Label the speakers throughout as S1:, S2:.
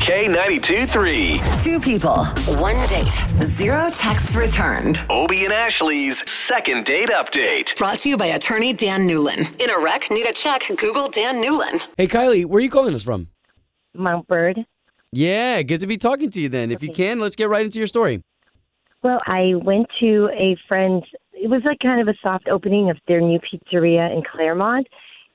S1: K92 3.
S2: Two people, one date, zero texts returned.
S1: Obie and Ashley's second date update.
S2: Brought to you by attorney Dan Newlin. In a wreck, need a check, Google Dan Newlin.
S3: Hey, Kylie, where are you calling us from?
S4: Mount Bird.
S3: Yeah, good to be talking to you then. If you can, let's get right into your story.
S4: Well, I went to a friend's. It was like kind of a soft opening of their new pizzeria in Claremont,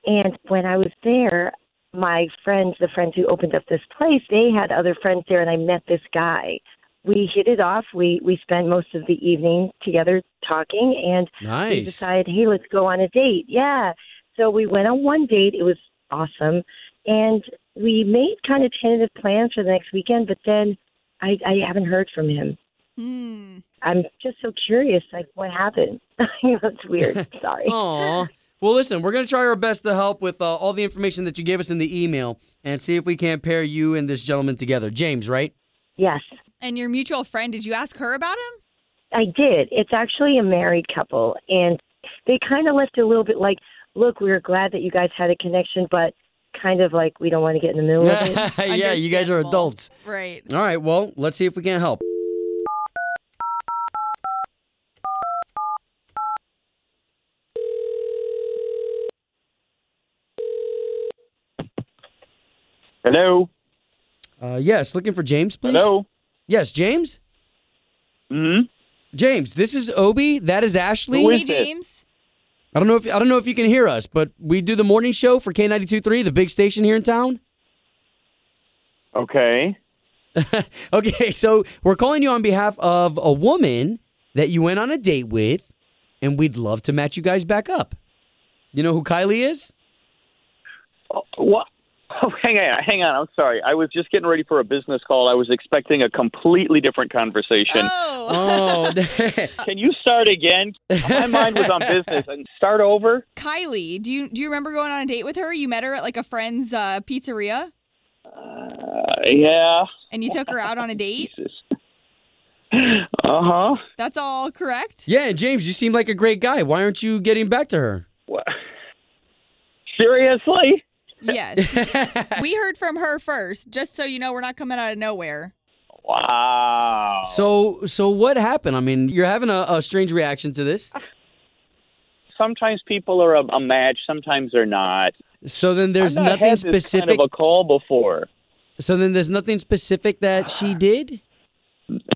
S4: and when I was there, my friends, the friends who opened up this place, they had other friends there, and I met this guy. We hit it off. We we spent most of the evening together talking, and we
S3: Nice.
S4: decided, hey, let's go on a date. Yeah. So we went on one date. It was awesome. And we made kind of tentative plans for the next weekend, but then I, I haven't heard from him. I'm just so curious, like, what happened? you know, it's weird. Sorry.
S3: Aw. Well, listen, we're going to try our best to help with uh, all the information that you gave us in the email and see if we can't pair you and this gentleman together. James, right?
S4: Yes,
S5: And your mutual friend, did you ask her about him?
S4: I did. It's actually a married couple, and they kind of left it a little bit like, look, we were glad that you guys had a connection, but kind of like, we don't want to get in the middle of it.
S3: yeah, you guys are
S5: Understandable.
S3: adults.
S5: Right.
S3: All right, well, let's see if we can help.
S6: Hello.
S3: Uh, yes, looking for James, please.
S6: Hello.
S3: Yes, James?
S6: Hmm.
S3: James, this is Obi. That is Ashley.
S6: Who
S5: Hey,
S6: is this?
S5: James.
S3: I don't know if I don't know if you can hear us, but we do the morning show for K92.3, the big station here in town.
S6: Okay.
S3: Okay, so we're calling you on behalf of a woman that you went on a date with, and we'd love to match you guys back up. You know who Kylie is?
S6: Oh, What? Oh, hang on. Hang on. I'm sorry. I was just getting ready for a business call. I was expecting a completely different conversation.
S5: Oh,
S3: Oh,
S6: Can you start again? My mind was on business. And start over.
S5: Kylie. Do you do you remember going on a date with her? You met her at like a friend's uh, pizzeria,
S6: Uh, yeah.
S5: and you took her out on a date.
S6: Jesus. Uh huh.
S5: That's all correct.
S3: yeah, and James, you seem like a great guy. Why aren't you getting back to her?
S6: Seriously?
S5: Yes. we heard from her first, just so you know, we're not coming out of nowhere.
S6: Wow.
S3: So, so what happened? I mean, you're having a, a strange reaction to this.
S6: sometimes people are a, a match. Sometimes they're not.
S3: So then, there's
S6: I've not
S3: nothing
S6: had this
S3: specific.
S6: kind of a call before.
S3: so then, there's nothing specific that she did.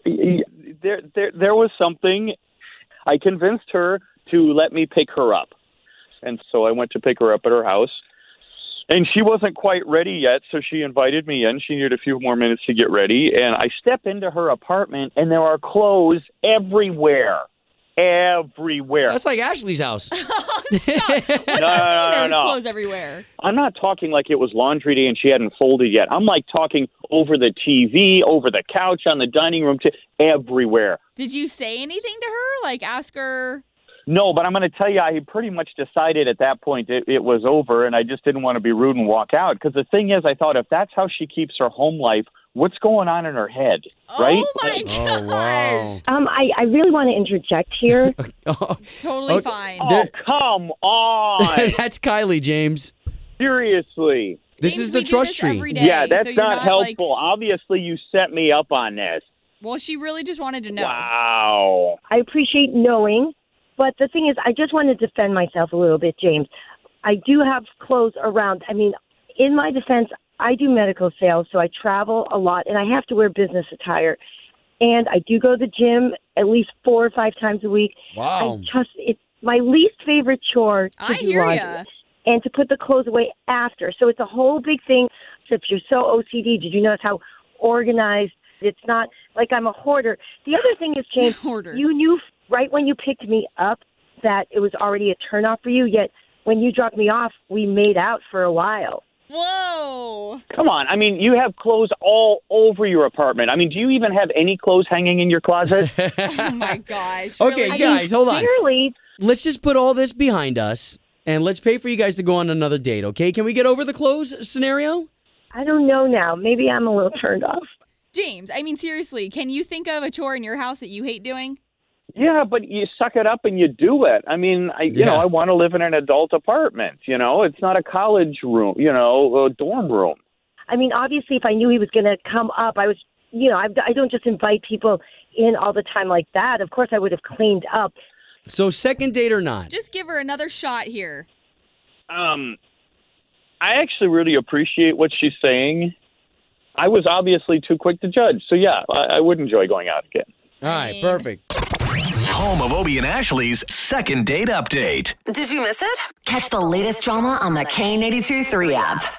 S6: there, there, there was something. I convinced her to let me pick her up, and so I went to pick her up at her house. And she wasn't quite ready yet, so she invited me in. She needed a few more minutes to get ready, and I step into her apartment, and there are clothes everywhere, everywhere.
S3: That's like Ashley's house.
S6: no, no, no,
S5: there
S6: no,
S5: was
S6: no.
S5: clothes everywhere.
S6: I'm not talking like it was laundry day and she hadn't folded yet. I'm like talking over the TV, over the couch, on the dining room, t- everywhere.
S5: Did you say anything to her? Like ask her?
S6: No, but I'm going to tell you, I had pretty much decided at that point it, it was over, and I just didn't want to be rude and walk out. Because the thing is, I thought if that's how she keeps her home life, what's going on in her head, right?
S5: Oh my gosh.
S3: oh wow.
S4: Um, I, I really want to interject here.
S3: Oh,
S5: Totally
S3: Okay.
S5: fine.
S6: Oh,
S3: There-
S6: come on!
S3: that's Kylie, James.
S6: Seriously,
S3: This
S5: James,
S3: is the
S5: we do
S3: trust
S5: this
S3: tree.
S5: every day,
S6: yeah, that's
S5: so you're
S6: not,
S5: like-
S6: helpful. Obviously, you set me up on this.
S5: well, she really just wanted to know.
S6: Wow.
S4: I appreciate knowing, but the thing is, I just want to defend myself a little bit, James. I do have clothes around. I mean, in my defense, I do medical sales, so I travel a lot and I have to wear business attire. And I do go to the gym at least four or five times a week.
S3: Wow.
S4: I just, it's my least favorite chore to
S5: I
S4: do
S5: hear
S4: laundry
S5: ya.
S4: and to put the clothes away after. So it's a whole big thing. So if you're so OCD, did you notice how organized? It's not like I'm a hoarder. The other thing is, James,
S5: Hoarder.
S4: you knew right when you picked me up that it was already a turnoff for you. Yet when you dropped me off, we made out for a while.
S5: Whoa.
S6: Come on. I mean, you have clothes all over your apartment. I mean, do you even have any clothes hanging in your closet?
S5: Oh my gosh.
S3: Okay,
S5: really?
S3: guys, hold on.
S4: Clearly,
S3: Let's just put all this behind us and let's pay for you guys to go on another date, okay? Can we get over the clothes scenario?
S4: I don't know now. Maybe I'm a little turned off.
S5: James, I mean, seriously, can you think of a chore in your house that you hate doing?
S6: Yeah, but you suck it up and you do it. I mean, I you know,
S3: Yeah.
S6: I want to live in an adult apartment. You know, it's not a college room. You know, a dorm room.
S4: I mean, obviously, if I knew he was going to come up, I was, you know, I, I don't just invite people in all the time like that. Of course, I would have cleaned up.
S3: So second date or not?
S5: Just give her another shot here.
S6: Um, I actually really appreciate what she's saying. I was obviously too quick to judge, so yeah, I, I would enjoy going out again.
S3: All right, perfect.
S1: Home of Obie and Ashley's second date update.
S2: Did you miss it? Catch the latest drama on the K82 3 app.